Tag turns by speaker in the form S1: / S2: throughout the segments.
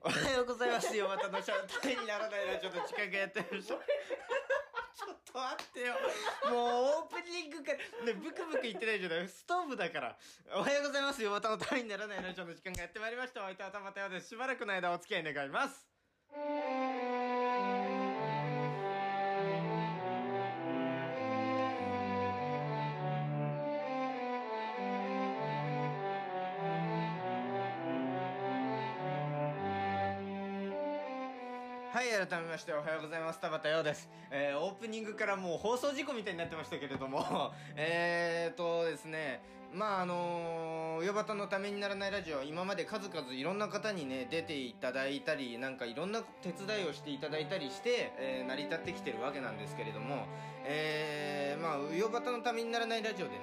S1: おはようございますよ、またのしゃためにならないな、ちょっと近くやってました。ちょっと待ってよ。もうオープニングから、ね、ブクブク言ってないじゃないストーブだから。おはようございますよ、またのためにならないラジオの時間がやってまいりました。お相手はたまたよです。しばらくの間お付き合い願います。はい、改めましておはようございます。田畑陽です。えー、オープニングからもう放送事故みたいになってましたけれども、 えーとですね、まああのー、ヨバタのためにならないラジオは今まで数々いろんな方にね、出ていただいたり、なんかいろんな手伝いをしていただいたりして、えー、成り立ってきてるわけなんですけれども、えー、まあ、ヨバタのためにならないラジオでね、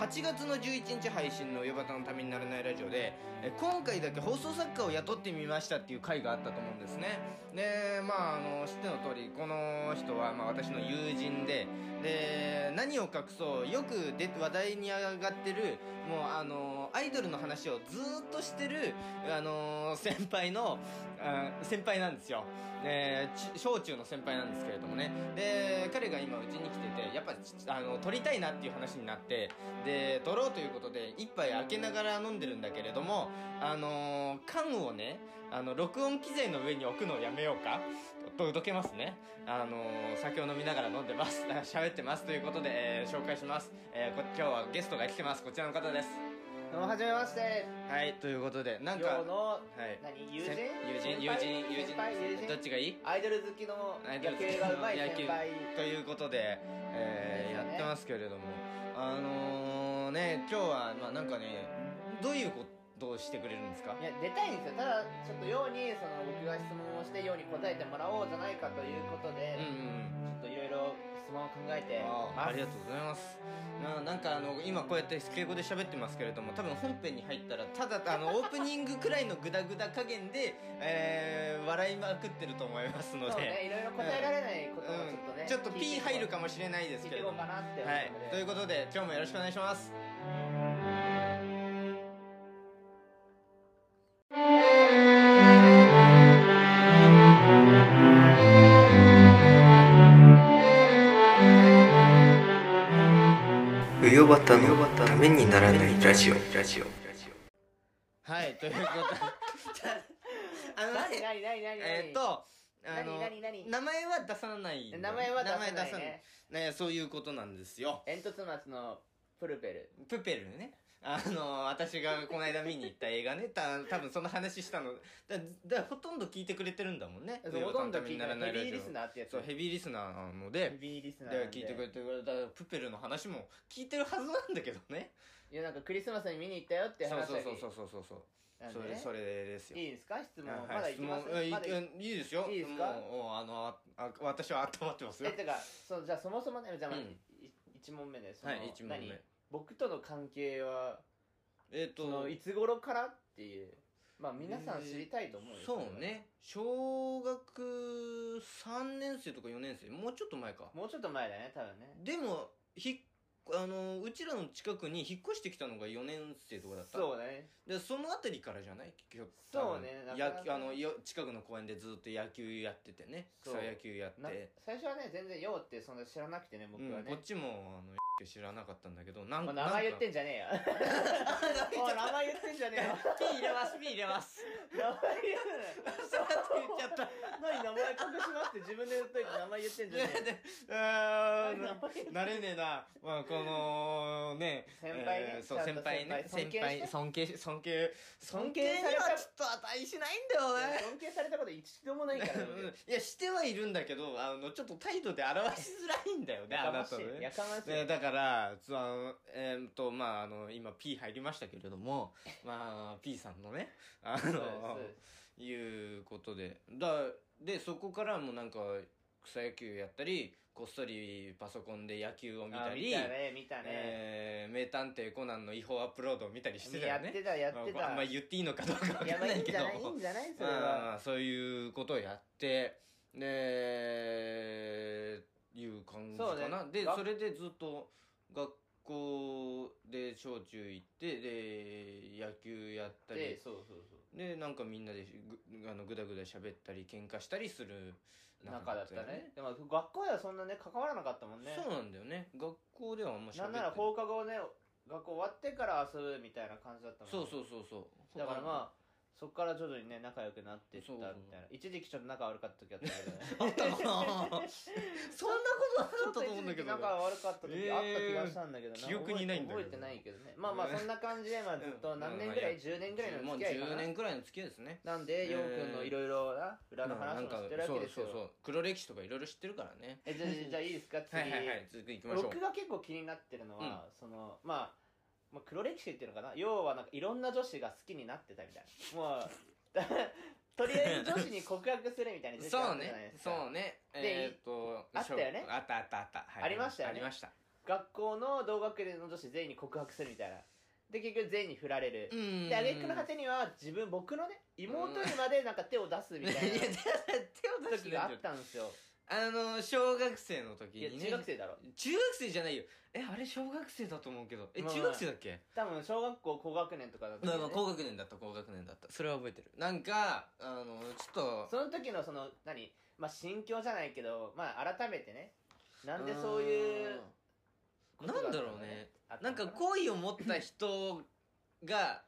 S1: 8月の11日配信のヨバタのためにならないラジオで、えー今回だけ放送作家を雇ってみましたっていう回があったと思うんですね。で、まあ、あの、知っての通り、この人は、まあ、私の友人で、で、何を隠そう、よくで話題に上がってる、もう、あの、アイドルの話をずーっとしてる、あの、先輩の、あ先輩なんですよ。えーち小中の先輩なんですけれどもね。で、彼が今、うちに来てて、やっぱ、ちあの、撮りたいなっていう話になって、で、撮ろうということで、一杯開けながら飲んでるんだけれども、あのー缶をね、あの、録音機材の上に置くのをやめようか。と、どけますね。あのー酒を飲みながら飲んでます。 あ喋ってます。ということで、えー紹介します。えーこ、今日はゲストが来てます。こちらの方です。
S2: どうもはじめまして
S1: はい、ということで、なん
S2: 今
S1: か
S2: 日、の、
S1: はい
S2: 何友人
S1: せん友人、
S2: 先
S1: 友
S2: 輩
S1: 人、友
S2: 先輩友
S1: 人、
S2: 人
S1: どっちがいい
S2: アイドル好きの
S1: アイドル
S2: 野
S1: 好き
S2: 球がうまい
S1: 野
S2: 先
S1: 球
S2: 輩
S1: ということで、えー
S2: ですよね
S1: やってますけれどもあのー、ね今日はまあなんかねどういうことをしてくれるんですか
S2: いや出たいんですよただちょっとようにその僕が質問をしてように答えてもらおうじゃないかということ
S1: うんう
S2: で、
S1: ん
S2: ちょっといろいろ質問を考えて
S1: あ
S2: ま
S1: ー
S2: す
S1: ありがとうございますななんかあの今こうやって敬語で喋ってますけれども多分本編に入ったらただあのオープニングくらいのグダグダ加減で、えー、笑いまくってると思いますので
S2: そうねいろいろ答えられないことをちょっとね、
S1: うん、ちょっと
S2: 聞いて
S1: P 入るかもしれないです
S2: 聞い
S1: け
S2: て
S1: れ
S2: いこ
S1: ど
S2: う
S1: も
S2: かなって思
S1: は
S2: うので、
S1: い、ということで今日もよろしくお願いします
S3: うよばたのためにならないラジオラジオ
S1: はいという ことであの
S2: 何何何何
S1: えーっとあの
S2: 何何何
S1: 名前は出さない
S2: 名前は出さないね
S1: 名前ないねそういうことなんですよ
S2: 煙突町のプルペル
S1: プペルねあの私がこの間見に行った映画ねた多分その話したのだだほとんど聞いてくれてるんだもんね
S2: そうほとんど聞いて
S1: な
S2: な
S1: ら
S2: い
S1: な
S2: ヘ
S1: いラ
S2: ビー
S1: ジ
S2: リス
S1: オ
S2: ナーってやつ
S1: そうヘビーリスナーなの
S2: ヘ
S1: で
S2: ビーリスナーなん
S1: で聞い
S2: で
S1: てくれてるだからプペルの話も聞いてるはずなんだけどね
S2: いやなんかクリスマスに見に行ったよって
S1: そう
S2: 話
S1: そうそう
S2: う
S1: そうそうそう
S2: なんで
S1: そ
S2: ね
S1: れそれですよ
S2: いいですか質問、
S1: はい
S2: まだ行きます
S1: 質問いい
S2: まだ行き
S1: いいですよ
S2: いいですか
S1: もうもうあのああ私は温まってますよ
S2: えてかそうじゃあそもそもねじゃあ、まず
S1: うん
S2: い一問目ねその、
S1: はい一問目
S2: 何僕との関係は
S1: えっ、
S2: その
S1: と
S2: いつ頃からっていうまあ皆さん知りたいと思うよ、
S1: そうね小学3年生とか4年生もうちょっと前か
S2: もうちょっと前だね多分ね
S1: でもひあのうちらの近くに引っ越してきたのが4年生とかだった
S2: そうだね
S1: でその辺りからじゃないきょ
S2: そうね
S1: 多分
S2: なかなか
S1: 野球あのよ近くの公園でずっと野球やっててね
S2: そう
S1: 草野球やっ
S2: な
S1: て、
S2: 最初はね全然「よう」ってそんな知らなくてね僕
S1: う
S2: は
S1: ん、こっ
S2: ね、
S1: ちもあの知らなかったんだけどなんか
S2: もう名前言って
S1: ん
S2: んじゃねえよ おい名前言ってんじゃねえよ
S1: ピー入れますピー入れ ます
S2: 名前言う
S1: そうやって言っちゃった
S2: なよ何名前隠しますって自分で言っといて名前言ってんじゃね えよ
S1: いやでうーん
S2: 名前言っ
S1: 慣れねえな、まあ、このね
S2: 先輩ね
S1: えーそう
S2: ちゃん
S1: 先
S2: と
S1: 輩ね
S2: 先輩
S1: 先輩尊敬し尊敬
S2: 尊敬
S1: に
S2: された
S1: はちょっと値しないんだよね
S2: 尊敬されたこと一度もないからね僕
S1: うんいやしてはいるんだけどあのちょっと態度で表しづらいんだよね
S2: や
S1: あ
S2: かま
S1: な
S2: しい
S1: たね
S2: やかましい、
S1: ね、だから、つあのえーっと、まあ、あの、今、P 入りましたけれども、まあ、P さんのね、あ
S2: そうです
S1: の
S2: そう、です
S1: いうことで。だ、で、そこからもなんか、草野球やったり、こっそりパソコンで野球を見
S2: あ
S1: たり、
S2: 見たね見たね、
S1: えー名探偵コナンの違法アップロードを見たりしてた
S2: や
S1: よ
S2: って
S1: ね。
S2: たやって
S1: まあ
S2: た
S1: あんま言っていいのかどうかわかん
S2: やば
S1: ない
S2: い
S1: い
S2: ん
S1: け
S2: じ
S1: ど
S2: ゃないいいんじゃないそれ
S1: ま
S2: は
S1: あそういうことをやってでいう感じかな
S2: そうね
S1: で
S2: が
S1: それでずっと学校で小中行ってで野球やった
S2: で
S1: り
S2: そうそうそう
S1: でなんかみんなでぐあのぐだぐだ喋ったり喧嘩したりする
S2: 中だった
S1: よ
S2: ねでも学校ではそんなね関わらなかったもんね
S1: そうなんだよね学校ではあんま喋って
S2: なんなら放課後ね学校終わってから遊ぶみたいな感じだったもんね
S1: そうそうそうそう
S2: だから
S1: あ
S2: まあそこから徐々にね仲良くなっていったみたい
S1: そう
S2: な一時期ちょっと仲悪かった時あったけどね
S1: あったかな そんなことなか
S2: ちょ
S1: った
S2: っと
S1: と思うんだ
S2: 一時
S1: け
S2: 期
S1: ど
S2: 仲悪かった時あった気がしたんだけど、
S1: えー記憶にないんだけど
S2: 覚えてないけどねまあまあそんな感じでまあずっと何年ぐらい10年ぐらいの
S1: もう
S2: 付き合いか
S1: 10
S2: な
S1: 年くらいの付き合いですね
S2: なんで陽君のいろいろな裏の
S1: な
S2: 話
S1: ん
S2: を
S1: か
S2: 知ってるわけです
S1: そう
S2: よ
S1: そうそう黒歴史とかいろいろ知ってるからね
S2: えじゃあじゃあじゃあいいですか
S1: は
S2: 次
S1: いはいはい続き行きましょう
S2: 僕が結構気になってるのは、そのまあまあ、黒歴史っていうのかな要はなんかいろんな女子が好きになってたみたいなもう とりあえず女子に告白するみたいな女子があ
S1: そう
S2: ったじゃない
S1: ね
S2: ですか
S1: そうねえー
S2: で
S1: っと
S2: あったよね
S1: しょあったあったあった、はい
S2: ありましたよね
S1: ありました
S2: 学校の同学年の女子全員に告白するみたいなで結局全員に振られる、
S1: うん
S2: で挙句の果てには自分僕のね妹にまでなんか手を出すみ
S1: い
S2: た
S1: や
S2: い
S1: だ
S2: な
S1: から手を出し
S2: 時
S1: て
S2: が
S1: な
S2: あ
S1: い
S2: ったんですよ
S1: あの小学生の時
S2: いや
S1: にね
S2: 中学生だろ
S1: 中学生じゃないよえあれ小学生だと思うけどえ中学生だっけ、
S2: 多分小学校高学年とかだったんだ
S1: まあ
S2: よね
S1: まあ高学年だった高学年だったそれは覚えてるなんかあのちょっと
S2: その時のその何まあ心境じゃないけどまあ改めてねなんでそういう
S1: う
S2: こ
S1: ん
S2: と
S1: なんだ
S2: ったの
S1: ろうね
S2: あった
S1: なん
S2: の
S1: か好意を持った人が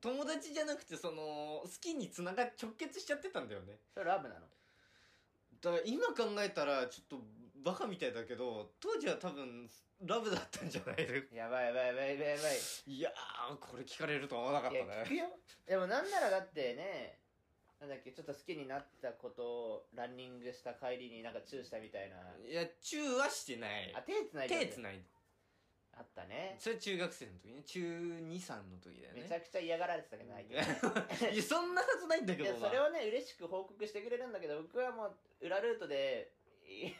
S1: 友達じゃなくてその好きにつながっ直結しちゃってたんだよね
S2: それラブなの
S1: だから今考えたらちょっとバカみたいだけど当時は多分ラブだったんじゃない
S2: やばいやばいやばいやばいやばい
S1: いやーこれ聞かれるとは思わなかっ
S2: いや
S1: た
S2: 聞
S1: ね
S2: くよでもなんならだってねなんだっけちょっと好きになったことをランニングした帰りになんかチューしたみたいない
S1: やチューはしてない
S2: あ手つないで
S1: 手つないで
S2: あったね
S1: それ中学生の時ね中23の時だよね
S2: めちゃくちゃ嫌がられてたけどないけど
S1: いやそんなはずないんだけ
S2: い
S1: ど
S2: や
S1: な
S2: それをね嬉しく報告してくれるんだけど僕はもう裏ルートで ち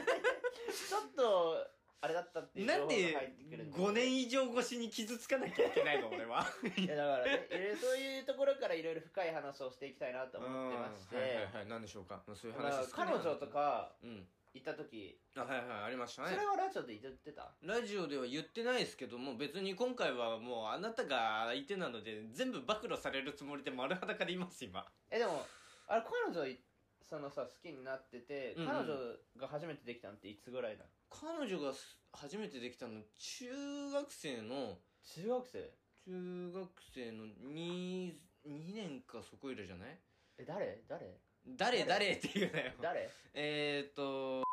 S2: ょっとあれだったっていう情
S1: な
S2: 報
S1: ん
S2: が入
S1: で
S2: ってくるんで
S1: 5年以上越しに傷つかなきゃいけないの俺 は
S2: いやだからねいろいろそういうところからいろいろ深い話をしていきたいなと思ってまして、
S1: はいはいはい何でしょうかそういう
S2: だ
S1: 話
S2: から彼女とか
S1: うん
S2: 行った時
S1: あはいはいありました
S2: そ
S1: ね
S2: れはラジオで言ってた
S1: ラジオでは言ってないですけども別に今回はもうあなたが相手なので全部暴露されるつもりで丸裸でいます今
S2: えでもあれ彼女いそのさ好きになってて、
S1: うんうん
S2: 彼女が初めてできたのっていつぐらいなの
S1: 彼女がす初めてできたの中学生の
S2: 中学生
S1: 中学生の 2, 2年かそこいらじゃない
S2: え誰誰
S1: 誰誰って言うなよ
S2: 誰
S1: えーっと、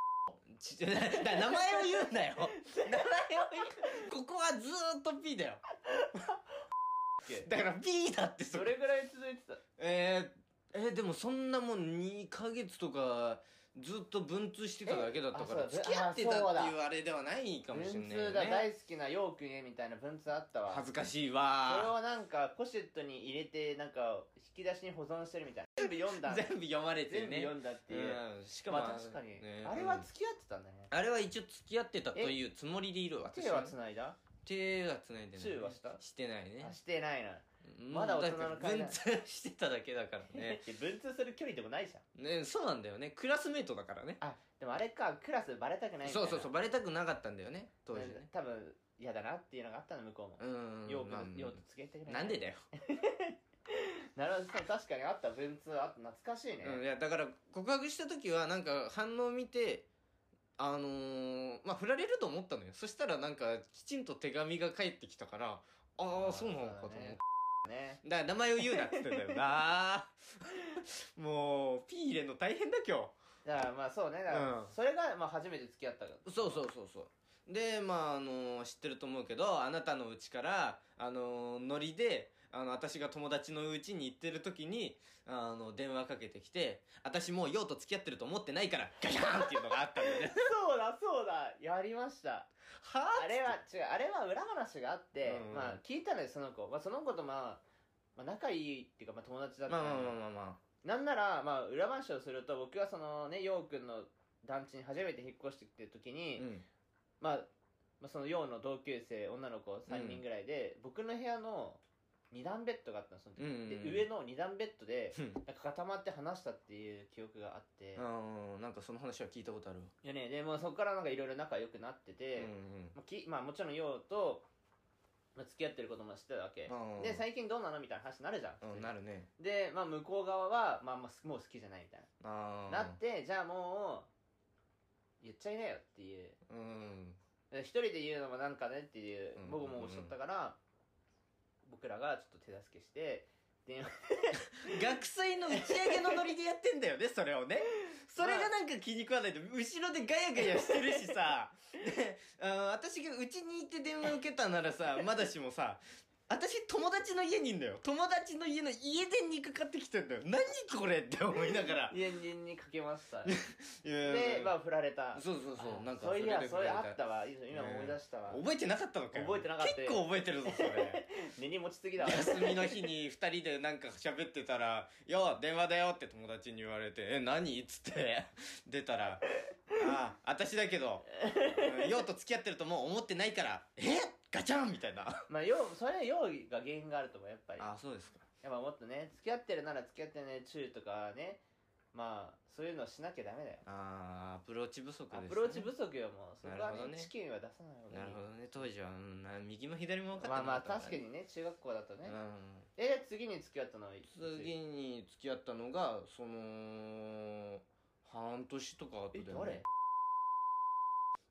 S1: ち だ名前を言うなよ。名前を言う。ここはずーっと P だよ。だから P だってそ
S2: ど
S1: れ。
S2: れぐらい続いてた
S1: えー、えーでもそんなもん2ヶ月とか、ずっと文通してただけだったか
S2: え
S1: ら、
S2: あそう
S1: 付き合ってたって
S2: あそうだ
S1: いうあれではないかもしれ
S2: 文
S1: ないよ
S2: 通だ
S1: ね。
S2: 大好きな陽君へみたいな文通あったわ
S1: 恥ずか
S2: い
S1: しい
S2: それ
S1: わ
S2: をなんかポシェットに入れてなんか引き出しに保存してるみたいな全部読んだ
S1: ー。 全部読まれて
S2: 全部
S1: ね。
S2: 読んだっていう、
S1: うん、しかも、
S2: まあ確かに、
S1: ね
S2: あれ
S1: う
S2: は
S1: ん
S2: 付き合ってたんだね
S1: あれは一応付き合ってたというつもりでいるわ私
S2: 手は繋いだ
S1: 手はつないでない
S2: チューはした
S1: してないね
S2: あしてないな
S1: うん
S2: まだ大人の
S1: だから
S2: 会だ
S1: 文通してただけだから ね
S2: いや文通する距離でもないじゃん
S1: ねそうなんだよねクラスメートだからね
S2: あでもあれかクラスバレたくないみたい
S1: そ
S2: な
S1: うそうそうバレたくなかったんだよね当時
S2: なん
S1: ね
S2: 多分嫌だなっていうのがあったの向こう
S1: う
S2: も、
S1: ん
S2: よう
S1: まあ
S2: ようとつけてくれ
S1: なんでだよ、
S2: なるほどそう確かにあった文通あった懐かしいね、
S1: うん、いやだから告白した時はなんか反応見てあのーまあ振られると思ったのよそしたらなんかきちんと手紙が返ってきたからああそうなのかと思っ
S2: そうだ
S1: て
S2: ねね
S1: だから名前を言うなっつってんだよなもうピー 入れんの大変だ今
S2: だからまあそうねだから、
S1: うん
S2: それがまあ初めて付き合ったから
S1: 日そうそうそうそうでまああの知ってると思うけどあなたのうちからあのノリであの私が友達のうちに行ってる時にあの電話かけてきて「私もうようと付き合ってると思ってないからガシャン!」っていうのがあったんでね
S2: そうだそうだやりました
S1: はあ
S2: あれ は違うあれは裏話があって、
S1: うん
S2: まあ聞いたのよその子、まあ、その子とまあまあ仲いいっていうか、まあ、友達だった
S1: まあ
S2: の
S1: ま
S2: よ
S1: あまあまあま
S2: なんなら、まあ、裏話をすると僕はそのね陽君の団地に初めて引っ越してきてる時
S1: あ、
S2: に、
S1: うん、
S2: まあ、まあその陽の同級生女の子3人ぐらいで、僕の部屋の2段ベッドがあったのその時、
S1: うんうんうん
S2: で上の2段ベッドで
S1: うん
S2: なんか固まって話したっていう記憶があって、い
S1: うんなんかその話は聞いたことある
S2: やねでもうそこからなんかいろいろ仲良くなってて、まあきまあ、もちろんようと、まあ、付き合ってることも知ってたわけ、
S1: うんうん
S2: で最近どうなのみたいな話になるじゃん、
S1: うん
S2: 普
S1: う
S2: 通
S1: ん
S2: に
S1: なるね
S2: で、まあ、向こう側は、まあ、まあもう好きじゃないみたい
S1: あ
S2: な、
S1: ー
S2: なってじゃあもう言っちゃいなよっていう
S1: うん
S2: で一人で言うのもなんかねっていう
S1: うん
S2: 僕もおっしゃったから、僕らがちょっと手助けして電話
S1: 学祭の打ち上げのノリでやってんだよね、それをね。それがなんか気に食わないと、後ろでガヤガヤしてるしさ。 で、あの私がうちに行って電話受けたならさ、 まだしもさ、私友達の家にいんだよ。友達の家の家で肉買ってきてんだよ。何これって思いながら。
S2: 家人にかけました
S1: で
S2: で、まあ振られた
S1: そうそうそう、なんか
S2: そういや
S1: で
S2: それあ
S1: 触れ
S2: ったわ今
S1: ね
S2: 思い出したわ、
S1: 覚えてなかったのかよ。
S2: 覚えてなかったよ
S1: 結構覚えてるぞ、それ。
S2: 根に持ちすぎだわ
S1: 休みの日に二人でなんか喋ってたら「よ電話だよ」って友達に言われて「え何?」っつって出たら「ああ私だけどうんようと付き合ってるともう思ってないからえガチャン!」みたいな
S2: まあようそれは用意が原因があると思うやっぱりやっ
S1: そうですか
S2: ぱもっとね付き合ってるなら付き合ってね注意とかねまあそういうのしなきゃダメだよ
S1: ああアプローチ不足です、
S2: アプローチ不足よもうそこ
S1: な
S2: は
S1: るほど
S2: ね
S1: ね
S2: チキンは出さない方が
S1: ないる
S2: い
S1: ほどね当時は、うん、な右も左も分かって
S2: まあ
S1: な
S2: ま
S1: か
S2: あ
S1: ったから
S2: 確かにね中学校だとね、
S1: うん
S2: え次に付き合ったのはいつ
S1: 次に付き合ったのがその半年とか後
S2: え
S1: で、
S2: 誰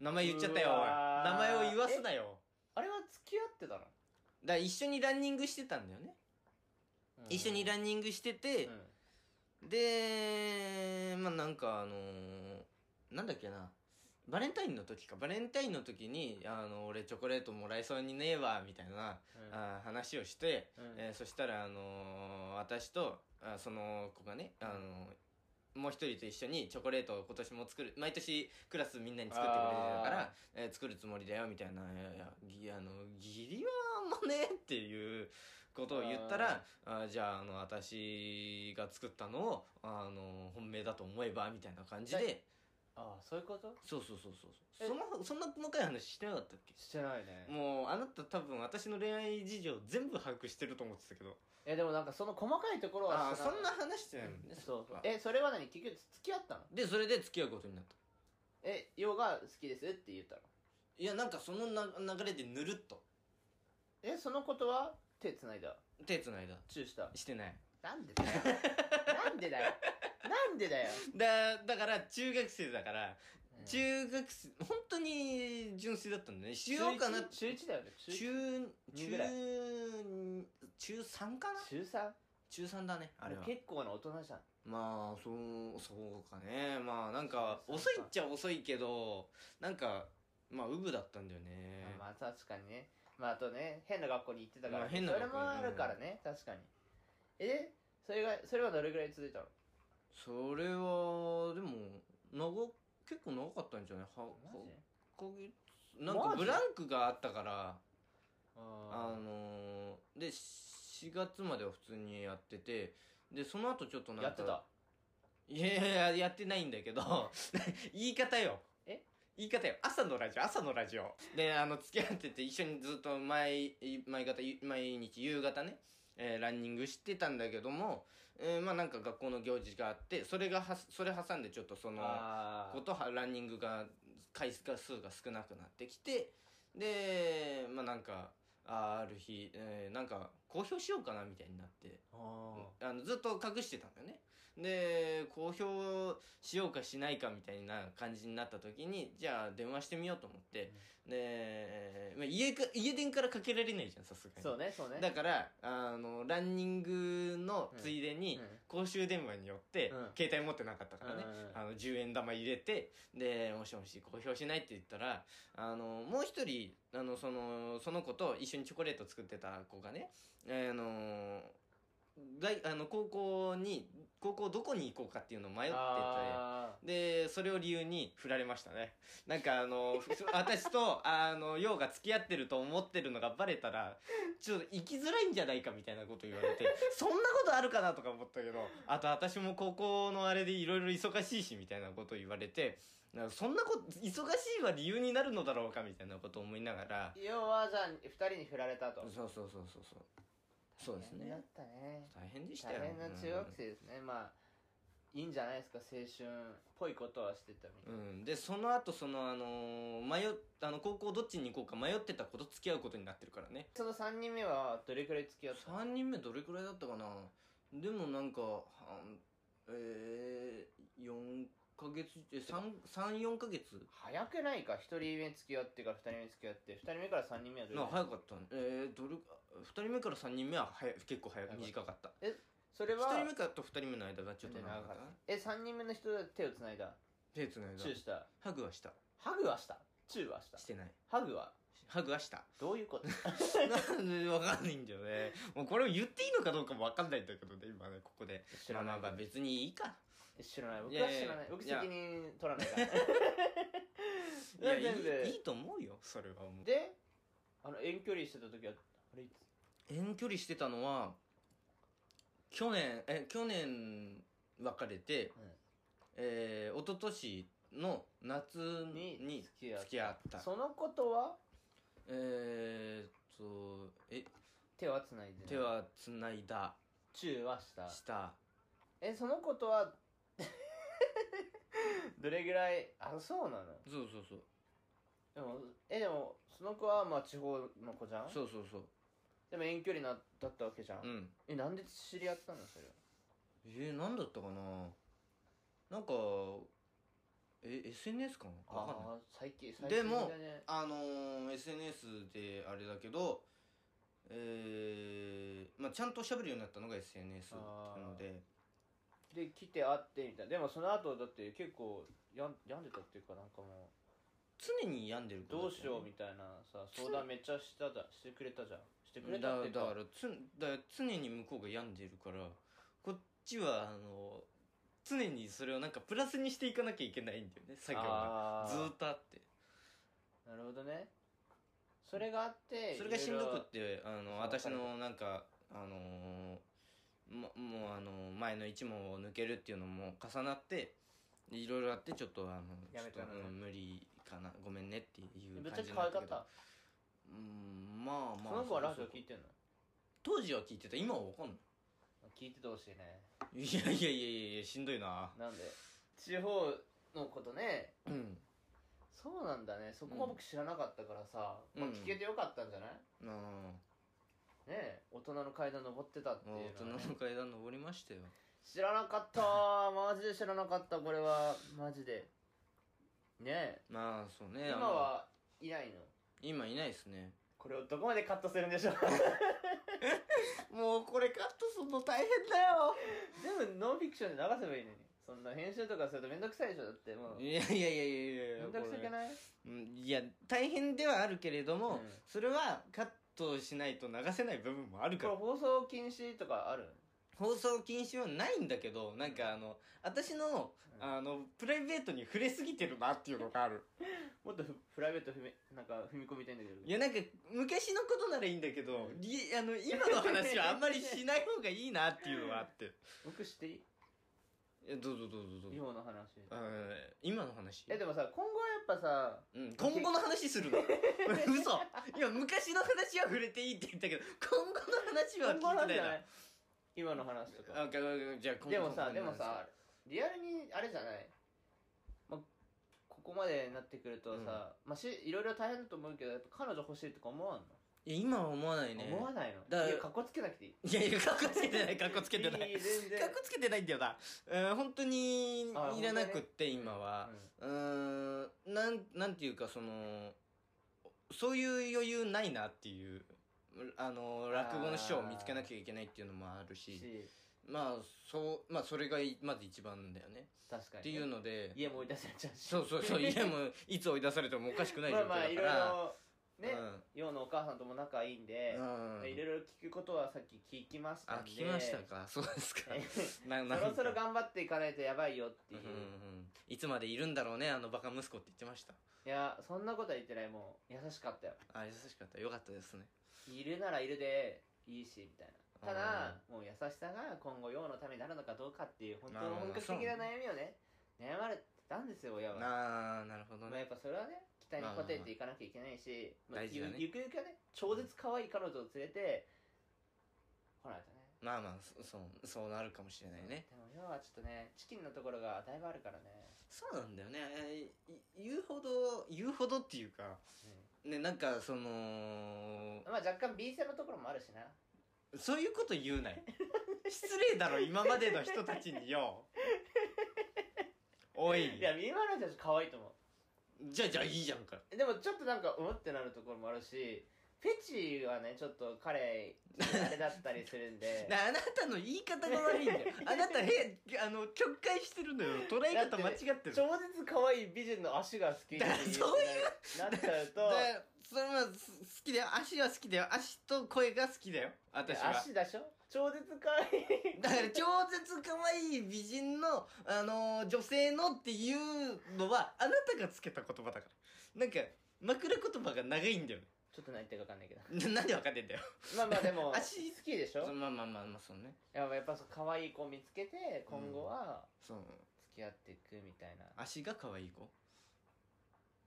S1: 名前言っちゃったよお
S2: う
S1: い
S2: わー
S1: 名前を言わすなよ
S2: あれは付き合ってた
S1: だ
S2: の、
S1: から一緒にランニングしてたんだよね、一緒に
S2: ン
S1: ランニングしてて、でまあなんかあのーなんだっけなバレンタインの時かバレンタインの時に「あの俺チョコレートもらえそうにねえわ」みたいな、あー話をして、えーそしたらあのー私とあその子がね、あのーもう一人と一緒にチョコレートを今年も作る毎年クラスみんなに作ってくれてたから、えー作るつもりだよみたいな「いやいやぎあの義理はあんまね」っていうことを言ったら「あーじゃああの私が作ったのをあの本命だと思えば」みたいな感じで
S2: ああそういうこと
S1: そうそうそうそう
S2: え
S1: そのそんな細かい話してなかったっけ
S2: してないね
S1: もうあなた多分私の恋愛事情全部把握してると思ってたけど
S2: えでもなんかその細かいところ
S1: あ
S2: は
S1: あ
S2: して
S1: そんな話してないもんね
S2: そう
S1: そっか
S2: えそれは何結局付き合ったの
S1: でそれで付き合うことになった
S2: えヨウが好きですって言ったの
S1: いやなんかそのな流れでぬるっと
S2: えそのことは手つないだ
S1: 手つないだ
S2: チューした
S1: してない
S2: なんでだよ なんでだよなんでだよ、
S1: だだから中学生だから、
S2: うん
S1: 中学生本当に純粋だったんだねしようかな中
S2: 中 1, だよね中
S1: 中
S2: 二ぐらい
S1: 中3かな
S2: 中 3?
S1: 中3だねあれは
S2: 結構な大人じゃん
S1: まあそうそうかねまあなんか
S2: そう
S1: 遅
S2: そ
S1: いっ
S2: う
S1: ちゃ遅いけどなんかまあウブだったんだよね
S2: まあ確かにねまああとね変な学校に行ってたから、
S1: まあ変な
S2: それ
S1: 学校
S2: もあるからね、確かにえそれがそれはどれぐらい続いたの
S1: それはでも長結構長かったんじゃないは
S2: マジ
S1: か月なんか
S2: マ
S1: ブ
S2: ジ
S1: ランクがあったからあ
S2: あ
S1: のーで4月までは普通にやっててでその後ちょっとなんか
S2: ーやってた
S1: いやいややってないんだけど 言い方よ
S2: え
S1: 言い方よ朝のラジオ朝のラジオであの付き合ってて一緒にずっと毎毎方毎日夕方ね、えーランニングしてたんだけども、えーまあなんか学校の行事があってそれがはそれ挟んでちょっとその
S2: あ
S1: ことはランニングが回数が数が少なくなってきてでまあなんかあーある日、えーなんか公表しようかなみたいになって
S2: あー
S1: あのずっと隠してたんだよねで公表しようかしないかみたいな感じになった時にじゃあ電話してみようと思って、で、えーまあ、家か家電からかけられないじゃんさすがに
S2: そうねそうね
S1: だからあのランニングのついでに、
S2: うん
S1: 公衆電話によって、
S2: うん
S1: 携帯持ってなかったからね、
S2: うんうんうん
S1: あの10円玉入れてで「もしもし公表しない」って言ったらあのもう一人あのそのその子と一緒にチョコレート作ってた子がね、えーあの大あの高校に高校どこに行こうかっていうのを迷ってて。
S2: あ
S1: で、それを理由に振られましたね。なんかあの、ふ私と、あの、ようが付き合ってると思ってるのがバレたら、ちょっと生きづらいんじゃないかみたいなこと言われて、そんなことあるかなとか思ったけど、あと私も高校のあれでいろいろ忙しいしみたいなこと言われて、なんかそんなこと、忙しいは理由になるのだろうかみたいなこと思いながら、
S2: ー要はじゃあ2人に振られたと
S1: そうそうそうそうそう。そうですね
S2: 大変だったね
S1: 大変でしたよ
S2: 大変な中学生ですね、まあいいんじゃないですか青春っぽいことはしてたみた
S1: う
S2: い、
S1: ん、でその後そのあのー迷っあの高校どっちに行こうか迷ってた子と付き合うことになってるからね
S2: その3人目はどれくらい付き合ったの
S1: 3人目どれくらいだったかなでもなんかあんえー、4ヶ月え34ヶ月
S2: 早くないか1人目付き合ってから2人目付き合って2人目から3人目はどれ
S1: な
S2: くら
S1: 早
S2: い
S1: かったねえー、どれ2人目から3人目は早い結構早く
S2: 早かっ
S1: 短
S2: た
S1: かった
S2: それは
S1: 1人目かと2人目の間がちょっと長かっ
S2: 長
S1: た
S2: かったえ三3人目の人で手をつないだ
S1: 手つないだ
S2: チューした
S1: ハグはした
S2: ハグはしたチューはした
S1: してない
S2: ハグは
S1: ハグはした
S2: どういうこと
S1: なんで分かんないんだよねもうこれを言っていいのかどうかも分かんないんだけどね今ねここで
S2: 知ら
S1: ま
S2: な
S1: あ
S2: い
S1: まあまあ別にいいか
S2: 知らない
S1: い
S2: 僕は
S1: やいや
S2: 知らない僕
S1: いや
S2: 責任取らないから
S1: いやい
S2: 全部
S1: いいいと思うよそれはもう
S2: であの遠距離してた時はあれいつ
S1: 遠距離してたのは去年え去年別れて、
S2: うん
S1: えー、一昨年の夏に
S2: に付き合
S1: 付き合った
S2: そのことは
S1: えー、っとえ
S2: 手はつないでない
S1: 手はつないだ
S2: チューはした
S1: した
S2: えそのことは どれぐらいあそうなの
S1: そうそうそう
S2: でもえでもその子はまあ地方の子じゃん
S1: そうそうそう
S2: でも遠距離なだったわけじゃん、
S1: うん
S2: えなんで知り合ったのそれは
S1: えー、何だったかななんかえ SNS かなわかんない
S2: ああ最近最
S1: で
S2: 近
S1: も
S2: だね
S1: あのー、SNS であれだけど、えーまあ、ちゃんとしゃべるようになったのが SNS なので
S2: で来て会ってみたいなでもその後だって結構やん病んでたっていうかなんかも
S1: 常に病んでる
S2: う
S1: 子だ
S2: どう
S1: った
S2: し
S1: よ
S2: よう
S1: ね
S2: みたいなさ相談めっちゃしただしてくれたじゃんしてくれ
S1: だ
S2: たっていう
S1: だか
S2: から
S1: つだから常に向こうが病んでるからこっちはあの常にそれをなんかプラスにしていかなきゃいけないんだよね作業が
S2: あー
S1: ずーっとあって
S2: なるほどねそれがあって
S1: それがしんどくっ
S2: い
S1: てあの
S2: そう
S1: 私のなんかあのーま、もうあのー前の一問を抜けるっていうのも重なっていろいろあってちょっとあの
S2: やめた
S1: ちょっ
S2: の
S1: と
S2: ね
S1: うん無理かなごめんねってい
S2: ろいろ
S1: う
S2: ぶっ
S1: 感
S2: ちゃけ
S1: じに
S2: 可
S1: な
S2: 愛
S1: ったけ
S2: かっ
S1: ど
S2: た
S1: うんまあまあ
S2: その子はラジオ聞い
S1: て
S2: てんの
S1: 当時は聞いてた今は分かんな
S2: 聞いててほしいね
S1: いいやいやいやいやいやしんどい な
S2: なんで地方のことね
S1: うん
S2: そうなんだねそこは僕知らなかったからさ、
S1: うん
S2: まあ、聞けてよかったんじゃない、
S1: なあ
S2: ねえ大人の階段登ってたっていうのはね
S1: 大人の階段登りましたよ
S2: 知らなかったーマジで知らなかったこれはマジでねえ
S1: まあそうね
S2: 今
S1: あの
S2: はいないの
S1: 今いないですね
S2: これをどこまでカットするんでしょう
S1: もうこれカットするの大変だよ
S2: 全部ノンフィクションで流せばいいのにそんな編集とかするとめんどくさいでしょだってもう
S1: いやいやいやいやいや
S2: めんどくさいけない
S1: うんいや大変ではあるけれども、
S2: うん
S1: それはカットしないと流せない部分もある
S2: こ
S1: か
S2: れ
S1: ら
S2: 放送禁止とかある
S1: 放送禁止はないんだけどなんかあの私の,、
S2: うん
S1: あのプライベートに触れすぎてるなっていうのがある
S2: もっとふプライベート踏みなんか踏み込みたいんだけど
S1: いやなんか昔のことならいいんだけどりあの今の話はあんまりしない方がいいなって いうのがあって
S2: 僕知っていい
S1: えどうぞどうぞどう
S2: リ
S1: ぞ
S2: ホの話
S1: あー今の話
S2: えでもさ今後はやっぱさ
S1: うん、今後の話するの嘘いや昔の話は触れていいって言ったけど今後の
S2: 今
S1: 話
S2: 後
S1: は聞
S2: ないん
S1: てない
S2: じゃ
S1: な
S2: ない今の話とか
S1: あかじゃあ今後
S2: で
S1: 今後の
S2: もさ
S1: 話
S2: でもさリアルにあれじゃない、ま、ここまでなってくるとさ、ましいろいろ大変だと思うけどやっぱ彼女欲しいとか思わんの、
S1: いや今は思わないね
S2: 思わないの
S1: だ
S2: いやかっこつけなくていい
S1: いやいやかっこつけて ないかっこつけてない
S2: いい全然
S1: かっこつけてないんだよなうん本当にい
S2: あ
S1: らなくって今は
S2: うん
S1: うーんなんなんていうかそのそういう余裕ないなっていうあの落語の師匠を見つけなきゃいけないっていうのもあるし
S2: し
S1: まあそうまあそれがいまず一番だよね
S2: 確かに
S1: っていうので
S2: 家も追い出されちゃうし
S1: そうそうそう家もいつ追い出されてもおかしくない状
S2: ま
S1: 況だ
S2: あま
S1: か
S2: あいろい
S1: ら
S2: ろね、ヨウのお母さんとも仲いいんで、
S1: うんうん
S2: いろいろ聞くことはさっき聞きましたん
S1: あ
S2: で
S1: 聞きましたか そうですか
S2: え
S1: な
S2: そろそろ
S1: か
S2: 頑張っていかないとやばいよっ
S1: う
S2: て
S1: ん
S2: いうう、
S1: んうんいつまでいるんだろうねあのバカ息子って言ってました
S2: いやそんなことは言ってないもう優しかったよ
S1: あ優しかったよかったですね
S2: いるならいるでいいしみたいなただ
S1: あ
S2: もう優しさが今後用のためになるのかどうかっていう本当の
S1: まあ
S2: 本格的な悩みをね悩まれてたんですよ親は
S1: あーなるほど
S2: まあ、
S1: ね
S2: やっぱそれはね期待に応えていかなきゃいけないし、
S1: まあまあ
S2: まあ
S1: 大事だね
S2: ゆゆくゆくはね超絶可愛い彼女を連れて来ないとね
S1: まあまあそそうそうなるかもしれないね
S2: でも要はちょっとねチキンのところがだいぶあるからね、
S1: そうなんだよね、えーい言うほど言うほどっていうかねなんかその
S2: まあ若干 B 線のところもあるしな
S1: そういうこと言う なよ失礼だろ今までの人たちに よおい
S2: いや三村選手可愛いと思
S1: じゃあじゃあいいじゃんか
S2: うでもちょっとなんかうんってなるところもあるしフェチはねちょっと彼あれだったりするんで
S1: なあなたの言い方が悪いん だよあなたへあの曲解してるのよ捉え方間違ってる
S2: 超絶可愛い美人の足が好きって
S1: だからそういう
S2: なっちゃうと
S1: でそれはす好きだよ足は好きだよ足と声が好きだよ私は
S2: 足でしょ超絶可愛い
S1: だから超絶可愛い美人の、あのー女性のっていうのはあなたがつけた言葉だからなんか枕言葉が長いんだよね
S2: ちょっと何言ってるか分かんないけど
S1: ななんでわかんねえんだよ
S2: まあまあで も
S1: 足
S2: 好きでしょ
S1: まあまあまあまあそうね
S2: やっぱやっぱそう可愛い子見つけて今後は
S1: そう
S2: 付き合っていくみたいな、
S1: 足が可愛い子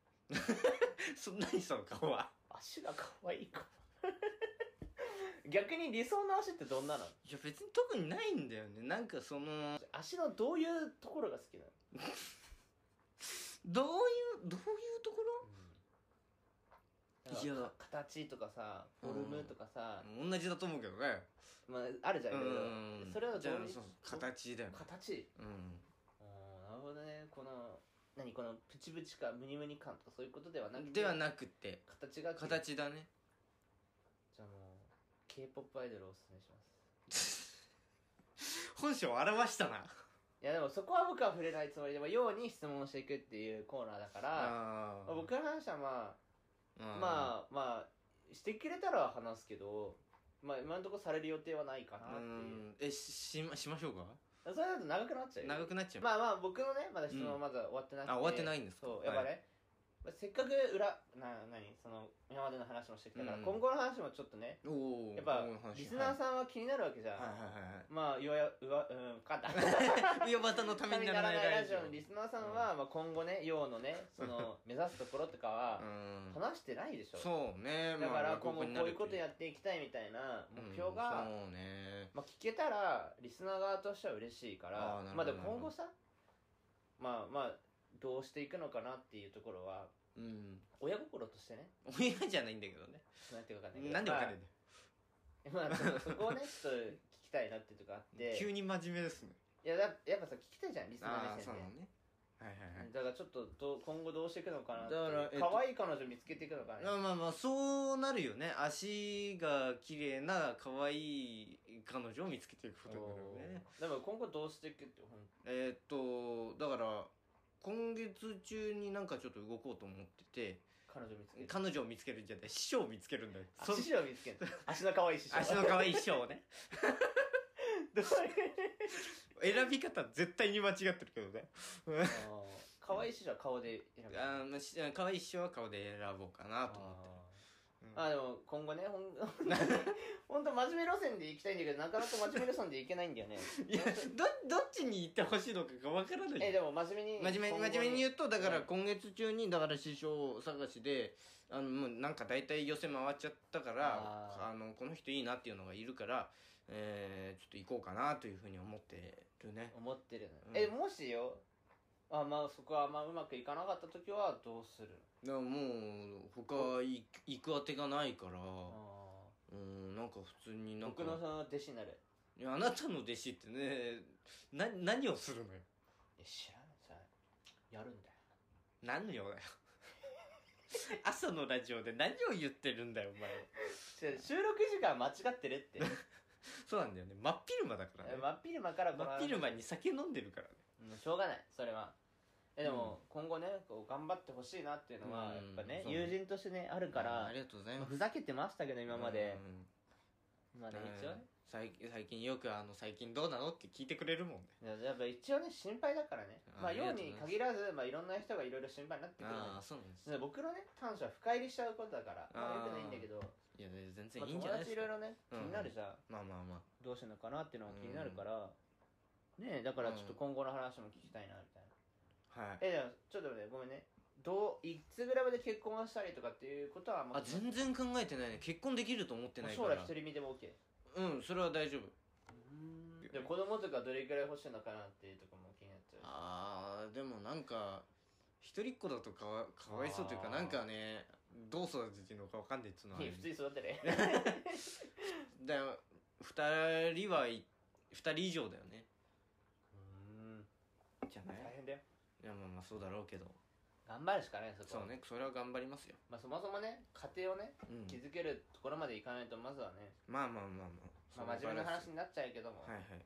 S1: そんなにその顔は
S2: 足が可愛い子 逆に理想の足ってどんなの
S1: いや別に特にないんだよねなんかその
S2: 足のどういうところが好きなの、
S1: どういうどういうところいや
S2: なんか形とかさフォルムとかさ、
S1: 同じだと思うけどね
S2: まあ、あるじゃんいろいろ
S1: うん
S2: それを
S1: じ
S2: ど
S1: ゃ
S2: う
S1: あ
S2: いう
S1: そう形だよね
S2: 形
S1: うん
S2: あーなるほどねこの何このプチプチかムニムニ感とかそういうことではなくて
S1: ではなくて
S2: 形が
S1: 形だね
S2: じゃあもう K-POP アイドルをおすすめします
S1: 本性を表したない
S2: やでもそこは僕は触れないつもりでもように質問していくっていうコーナーだから
S1: あ
S2: まあ僕の話はま
S1: あ
S2: あまあまあしてくれたら話すけどまあ今のところされる予定はないかなって
S1: う
S2: いうん
S1: えししましましょうか
S2: それだと長くなっちゃうよ
S1: 長くなっちゃう、
S2: まあまあ僕のねまだ質問はまだ終わってなくて、
S1: あ終わってないんですか
S2: そうやっぱ
S1: はい
S2: ね、まあせっかく裏な何その今までの話もしてきたから、
S1: うん
S2: 今後の話もちょっとね
S1: おお
S2: やっぱリスナーさんは気になるわけじゃん、
S1: はいはいはいはい
S2: まあようやうわうん簡 単
S1: ウヨバタのためにならないラジオ
S2: のリスナーさんは、まあ、今後ね陽のねその 目指すところとかは
S1: うん
S2: 話してないでしょ、
S1: そうね
S2: だから
S1: まあ
S2: 今後こ
S1: にな
S2: う
S1: る
S2: いうことやっていきたいみたいな
S1: うん
S2: 目標が、
S1: そうね
S2: まあ、聞けたらリスナー側としては嬉しいか
S1: あ
S2: ら
S1: ーなるほど
S2: まあでも今後さまあまあどうしていくのかなっていうところは
S1: うん
S2: 親心としてね
S1: 親じゃないんだけどね
S2: なんていうかわかんないけど
S1: なんでわかんないんだよ
S2: まあ まあちょっとそこをねちょっと聞きたいなっていうとこあっ て
S1: 急に真面目ですね
S2: いやだやっぱさ聞きたいじゃんリスナー
S1: ああ
S2: 目
S1: ーそ
S2: 線
S1: う
S2: で
S1: なのねはいはいはい
S2: だからちょっとどう今後どうしていくのかなって
S1: だからえっと
S2: 可愛い彼女見つけていくのかな
S1: まあまあまあそうなるよね足が綺麗な可愛い彼女を見つけていくことになるよね
S2: でも今後どうしていくって本
S1: えーっとだから今月中になんかちょっと動こうと思って
S2: 彼女見つけ
S1: て
S2: る
S1: 彼女を見つけるんじゃない師匠を見つけるんだよ
S2: あ
S1: そ
S2: 師匠見つける足の可愛い師 匠
S1: 足の可愛い師匠をね
S2: どういう
S1: 選び方絶対に間違ってるけどね
S2: あー可愛い師匠は顔で選ぶ
S1: あーまあし可愛い師匠は顔で選ぼうかなと思って
S2: あーあーでも今後ねほん 本当真面目路線で行きたいんだけどなかなか真面目路線で行けないんだよね
S1: るいやどどっちに行ってほしいのかがわからない
S2: えでも真面目に
S1: 真面目に真面目に言
S2: う
S1: うとだから
S2: うん
S1: 今月中にだから師匠探しであのもうなんか大体寄せ回っちゃったからあ
S2: あ
S1: のこの人いいなっていうのがいるから、えー、ちょっと行こうかなというふうに思ってるね
S2: 思ってる
S1: うん
S2: のえもしよあまあそこはまあうまくいかなかった時はどうする
S1: でももう他い行くあてがないから
S2: あ
S1: うんなんか普通に
S2: ー
S1: なんか
S2: 僕のその弟子になる
S1: いやあなたの弟子ってねな何をするのよ
S2: いや知らないさやるんだよ
S1: 何をだよ 朝のラジオで何を言ってるんだよお前
S2: 違う収録時間間違ってるって
S1: そうなんだよね真っ昼間だからね
S2: え真っ昼間からこの
S1: 真っ昼間に酒飲んでるからね
S2: うんしょうがないそれはえでも、今後ねこう頑張ってほしいなっていうのは
S1: うん
S2: やっぱね
S1: そう
S2: 友人としてねある
S1: だ
S2: から、
S1: ありがとうござい
S2: まあ
S1: ます
S2: ふざけてましたけど今まで、
S1: うん
S2: まあね
S1: うん
S2: 一応ね
S1: 最近最近よくあの最近どうなのって聞いてくれるもんね
S2: いややっぱ一応ね心配だからね
S1: あ
S2: まあ
S1: ありが
S2: よ
S1: とうござい
S2: う
S1: ま
S2: に
S1: す
S2: 限らず、まあ、いろんな人がいろいろ心配になってくるの
S1: あ
S2: よ
S1: あそうなんです
S2: その僕のね短所は深入りしちゃうことだからま
S1: ああ
S2: あよくないんだけど、
S1: いや全然
S2: まあ、
S1: いいんじ
S2: 友
S1: ゃないで
S2: 達い
S1: す
S2: ろい
S1: か
S2: ろね気
S1: うん
S2: になるじゃん、
S1: まあまあま
S2: どうしてんのかなっていうのが気になるから、ねえだからちょっと今後の話も聞きたいなみたいな、
S1: あはい
S2: えでもちょっとねごめんねどういつぐらいまで結婚したりとかっていうことはもう
S1: あ全然考えてないね結婚できると思ってないか
S2: 将
S1: ら
S2: 来一人身でも OK
S1: うんそれは大丈夫
S2: で子供とかどれくらい欲しいのかなっていうとこも気になっちゃう
S1: あーでもなんか一人っ子だとかわかわいそうというか
S2: あー
S1: なんかねどう育ててるのかわかんないっつうのはあ
S2: い
S1: る
S2: や
S1: ん
S2: 普
S1: で
S2: 通に育てれ
S1: だよ2人はい2人以上だよね
S2: うん
S1: じゃな
S2: 大変だよ
S1: いやまあまあそうだろうけど
S2: 頑張るしかないそこ
S1: そうねそれは頑張りますよ、
S2: まあそもそもね家庭をね
S1: うん、
S2: 築けるところまでいかないとまずはね、
S1: まあまあまあまあ
S2: まあ、真面目な話になっちゃうけども、
S1: はいはい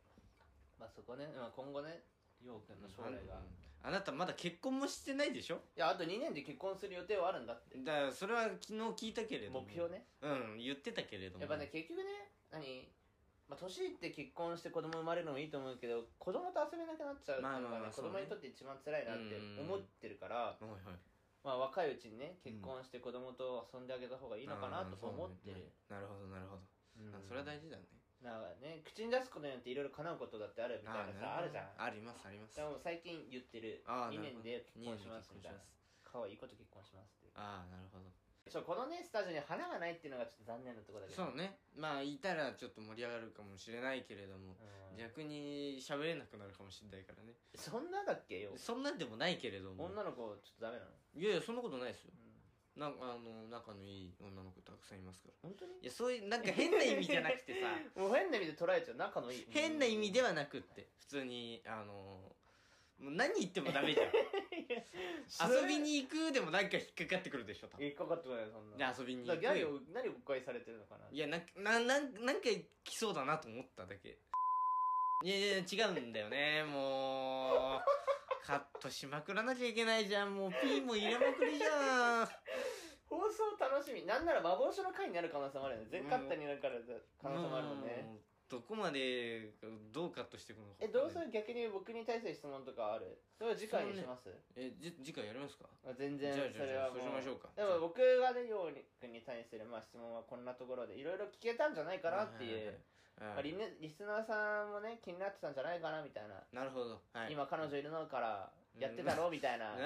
S2: まあそこね、まあ、今後ね陽君の将来が、い
S1: あなたまだ結婚もしてないでしょ
S2: やあと2年で結婚する予定はあるんだって
S1: だからそれは昨日聞いたけれども
S2: 目標ね
S1: うん言ってたけれども
S2: やっぱね結局ね何まあ、年いって結婚して子供生まれるのもいいと思うけど子供と遊べなくなっちゃうっていうの
S1: まあまあまあ
S2: が、ね子
S1: そうね
S2: 供にとって一番辛いなって思ってるか
S1: は
S2: ら、
S1: いはい
S2: まあ、若いうちにね結婚して子供と遊んであげた方がいいのかなとか思ってる、
S1: あーそうねなるほどなるほど、あ
S2: うん
S1: それは大事だね
S2: なんかね口に出すことによっていろいろ叶うことだってあるみたいなさあ
S1: ー
S2: るじゃん
S1: ありますあります
S2: でも最近言ってる
S1: あー
S2: 2
S1: なるほ
S2: 年
S1: ど
S2: で結婚し
S1: 二
S2: ま
S1: 年で
S2: すみ
S1: 結
S2: た
S1: 婚します
S2: いな可愛い子と結婚しますっていう
S1: ああなるほど
S2: ちょこのねスタジオに花がないっていうのがちょっと残念なところだけど
S1: そうねまあいたらちょっと盛り上がるかもしれないけれども
S2: うん
S1: 逆に喋れなくなるかもしれないからね
S2: そんなだっけよ
S1: そんなんでもないけれども
S2: 女の子ちょっとダメなの、
S1: いやいやそんなことないですよ
S2: うん
S1: なんかあの仲のいい女の子たくさんいますから
S2: 本当に
S1: いやそういうなんか変な意味じゃなくてさ
S2: もう変な意味で捉えちゃう仲のいい
S1: 変な意味では
S2: は
S1: なくって普通にあのもう何言ってもダメじゃん 遊びに行くでもなんか引っかかってくるでしょ多分
S2: 引っかかってこないよそんな
S1: で遊びに行
S2: だ
S1: く
S2: から何を何を誤解されてるのかない
S1: やなんかななんなんか来そうだなと思っただけいやいや違うんだよねもうカットしまくらなきゃいけないじゃんもうピーも入れまくりじゃん
S2: 放送楽しみなんなら幻の回になる可能性もあるよね全カットになるから可能性もあるもんね、
S1: うどこまでどうカットしていくのか
S2: えどうする逆に僕に対する質問とかあるそれは次回にします、
S1: えじ次回やりますか
S2: あ全
S1: じゃ
S2: 然
S1: あじゃあじゃあ
S2: それは
S1: そう
S2: も
S1: しましょうか
S2: でも僕がねように君に対するまあ質問はこんなところでいろいろ聞けたんじゃないかなっていう、
S1: はいはいは
S2: まあ、
S1: い、
S2: リネリスナーさんもね気になってたんじゃないかなみたいな、
S1: なるほど、はい、
S2: 今彼女いるのからやってたろみたいな、
S1: いや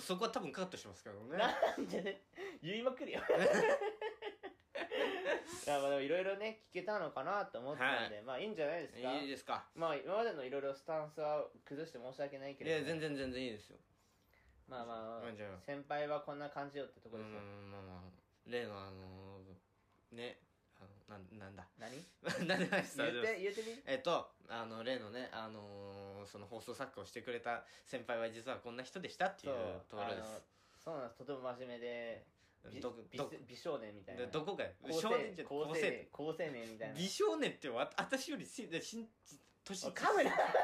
S1: そこは多分カットしますけどね
S2: なんでね言いま くるよいやまあでもいろいろね聞けたのかなと思ったんで、まあいいんじゃないですか
S1: いいですか
S2: まあ今までのいろいろスタンスは崩して申し訳ないけ
S1: い
S2: れ
S1: や
S2: ど
S1: 全然全然いいですよ
S2: まあま
S1: まあ
S2: あ
S1: じゃあ
S2: 先輩はこんな感じよってとこ
S1: う
S2: で
S1: ん
S2: すよ、
S1: まあまあ例のあのねあのなんなんだ
S2: 何
S1: なんで話した
S2: 言って言ってみ
S1: えっとあの例のねあのーその放送作家をしてくれた先輩は実はこんな人でしたっていうところです
S2: そうあのそうなんですとても真面目でび
S1: ど
S2: 美
S1: ど
S2: 美少年みたいな
S1: どこかよ
S2: 高
S1: 少
S2: 青
S1: 年
S2: 年
S1: じゃ
S2: 高
S1: 高青
S2: 青
S1: 年
S2: 年高青年みたいな
S1: 美少年ってわ私よりせしん年
S2: おいカメラ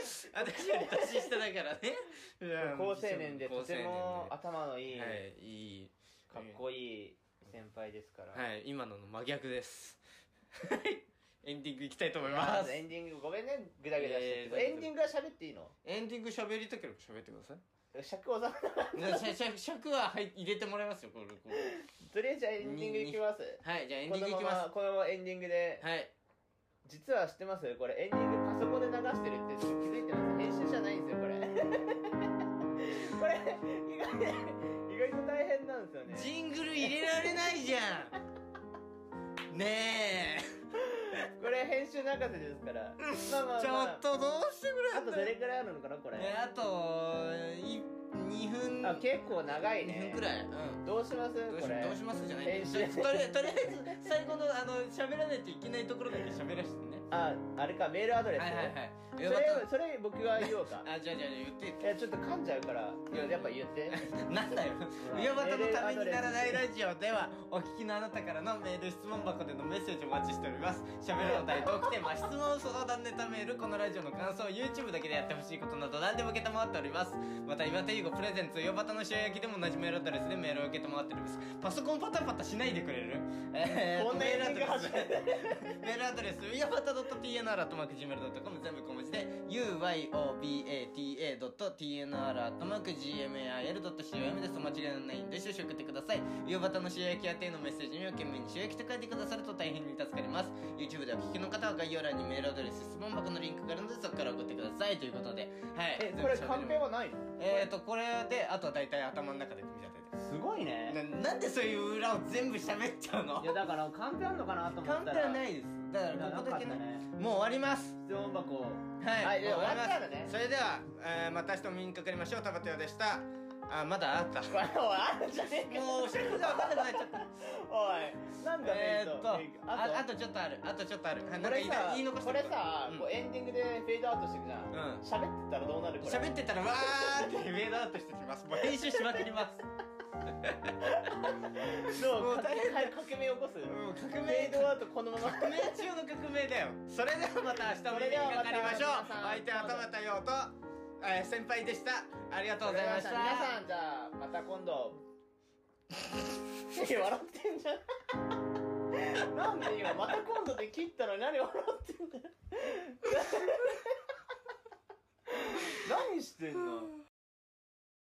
S1: 私より年下だ からねいや
S2: 高青年でとても
S1: 高
S2: 頭の
S1: 青
S2: い
S1: 年
S2: い、
S1: ではいいい
S2: かっこいい先輩ですから、
S1: はい今のの真逆ですはいエンディングいきたいと思い
S2: ま
S1: ま
S2: ず
S1: す
S2: エンディングごめんねグダグダして
S1: いやいや
S2: エンディングは喋っていいの
S1: エンディング喋りたければ喋ってくだ さい
S2: 尺をざ
S1: じゃあしゃしゃ尺ははい入れてもらいますよこれこう
S2: とりあえずじゃあエンディングいきます
S1: はいじゃあエンディングいきます
S2: このままこのままエンディングで、
S1: はい
S2: 実は知ってますこれエンディングパソコンで流してるって気づいてます編集じゃないんですよ これこれ意外と意外と大変なんですよね
S1: ジングル入れられないじゃんねえ
S2: これ編集泣かせですから、まあまあ、まあ、
S1: ちょっとどうしてくれ
S2: あとどれくらいあるのかなこれ、
S1: えあとい2分
S2: あ結構長い
S1: 2
S2: ね
S1: 分くらいうん
S2: どうします
S1: どうし
S2: これ
S1: どうしますじゃない
S2: 編
S1: と
S2: 集
S1: りあえずとりあえず最後のあの喋らないといけないところだけ喋らせてね
S2: ああれかメールアドレス、
S1: はいはいはいよ
S2: そ
S1: かっ
S2: れそれ僕が言お うか
S1: たあじゃあじゃあじゃあ言って
S2: いやちょっと噛んじゃうからいややっぱ言って
S1: なんだよ
S2: うわ
S1: 上端のためにならない
S2: メールアドレ
S1: ラジオではお聞きのあなたからのメール質問箱でのメッセージをお待ちしております喋るの大トークテーマ質問相談ネタメールこのラジオの感想 YouTube だけでやってほしいことなど何でも受けたまわっておりますまた岩手ゆうごプレゼンツ上端の塩焼きでも同じメールアドレスでメールを受けたまわっておりますパソコンパタパタしないでくれるえー
S2: こんな
S1: メールアド
S2: エンディング
S1: レ
S2: 初
S1: ス
S2: めて
S1: メールアドレス、やばた .tnr.gmail.com 全部小文字で、uyobata.tnr.gmail.com です。お間違いのないんで、少々送ってください。うやばたの塩焼き宛てのメッセージには懸命に塩焼きと書いてくださると大変に助かります。YouTube でお聞きの方は概要欄にメールアドレス、質問箱のリンクがあるので、そこから送ってください。いということで、はい。
S2: えこれカンペはないの
S1: えっ、ー、と、これで、あとは大体頭の中で組み立て
S2: すごいね
S1: て。ななんでそういう裏を全部喋っちゃうの
S2: いやだからカンペあんのかなと思
S1: カ
S2: っ
S1: ン
S2: た
S1: ペ
S2: ら
S1: はないです。だから、ここだけ
S2: な
S1: なんい
S2: か。あったね
S1: もう終わります。
S2: 質問箱
S1: はい。
S2: はいで
S1: もう
S2: 終わったらね
S1: それでは、えーまた明日お目にかかりましょう。タバテオでした。あ、まだあった。
S2: これおいあるじゃねえか
S1: もう、尺が分かんなくなっちゃった。
S2: おいなんだ
S1: え
S2: ね
S1: ーっと、
S2: あ
S1: あ
S2: と
S1: あとちょっとある。あとちょっとある。はい、な
S2: こ
S1: んか
S2: れ
S1: 言いた
S2: さ
S1: 言い残した
S2: これさ、
S1: うん
S2: こうエンディングでフェードアウトしていくじゃん
S1: うん。
S2: 喋ってたらどうなるこれ
S1: 喋ってたらわーってフェードアウトしてきますもう編集しまくり ます
S2: ど
S1: も
S2: う
S1: う大変
S2: 革命起こすフ
S1: もう革
S2: ェ
S1: 命
S2: ードアウトこのまま
S1: 革命中の革命だよそれではまた明日お目にかかりましょう相手は田畑陽と、えー先輩でしたありがとうございました
S2: 皆さんじゃあまた今度 え笑ってんじゃんなんで今また今度で切ったのに何笑ってんだよ 何してんの